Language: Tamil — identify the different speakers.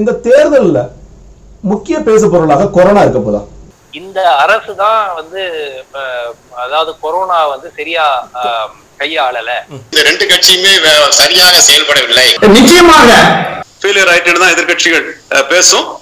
Speaker 1: இந்த தேர்தல்ல முக்கிய பேசு பொருளாக கொரோனா இருக்க போதா
Speaker 2: இந்த அரசு தான் வந்து அஹ், அதாவது கொரோனா வந்து சரியா அஹ், கையாளல
Speaker 3: இந்த ரெண்டு கட்சியுமே வே- சரியாக செயல்படவில்லை
Speaker 4: நிச்சயமாக
Speaker 5: ஃபெயிலியர் ஆயிட்டுன்னு தான் எதிர்கட்சிகள் பேசும்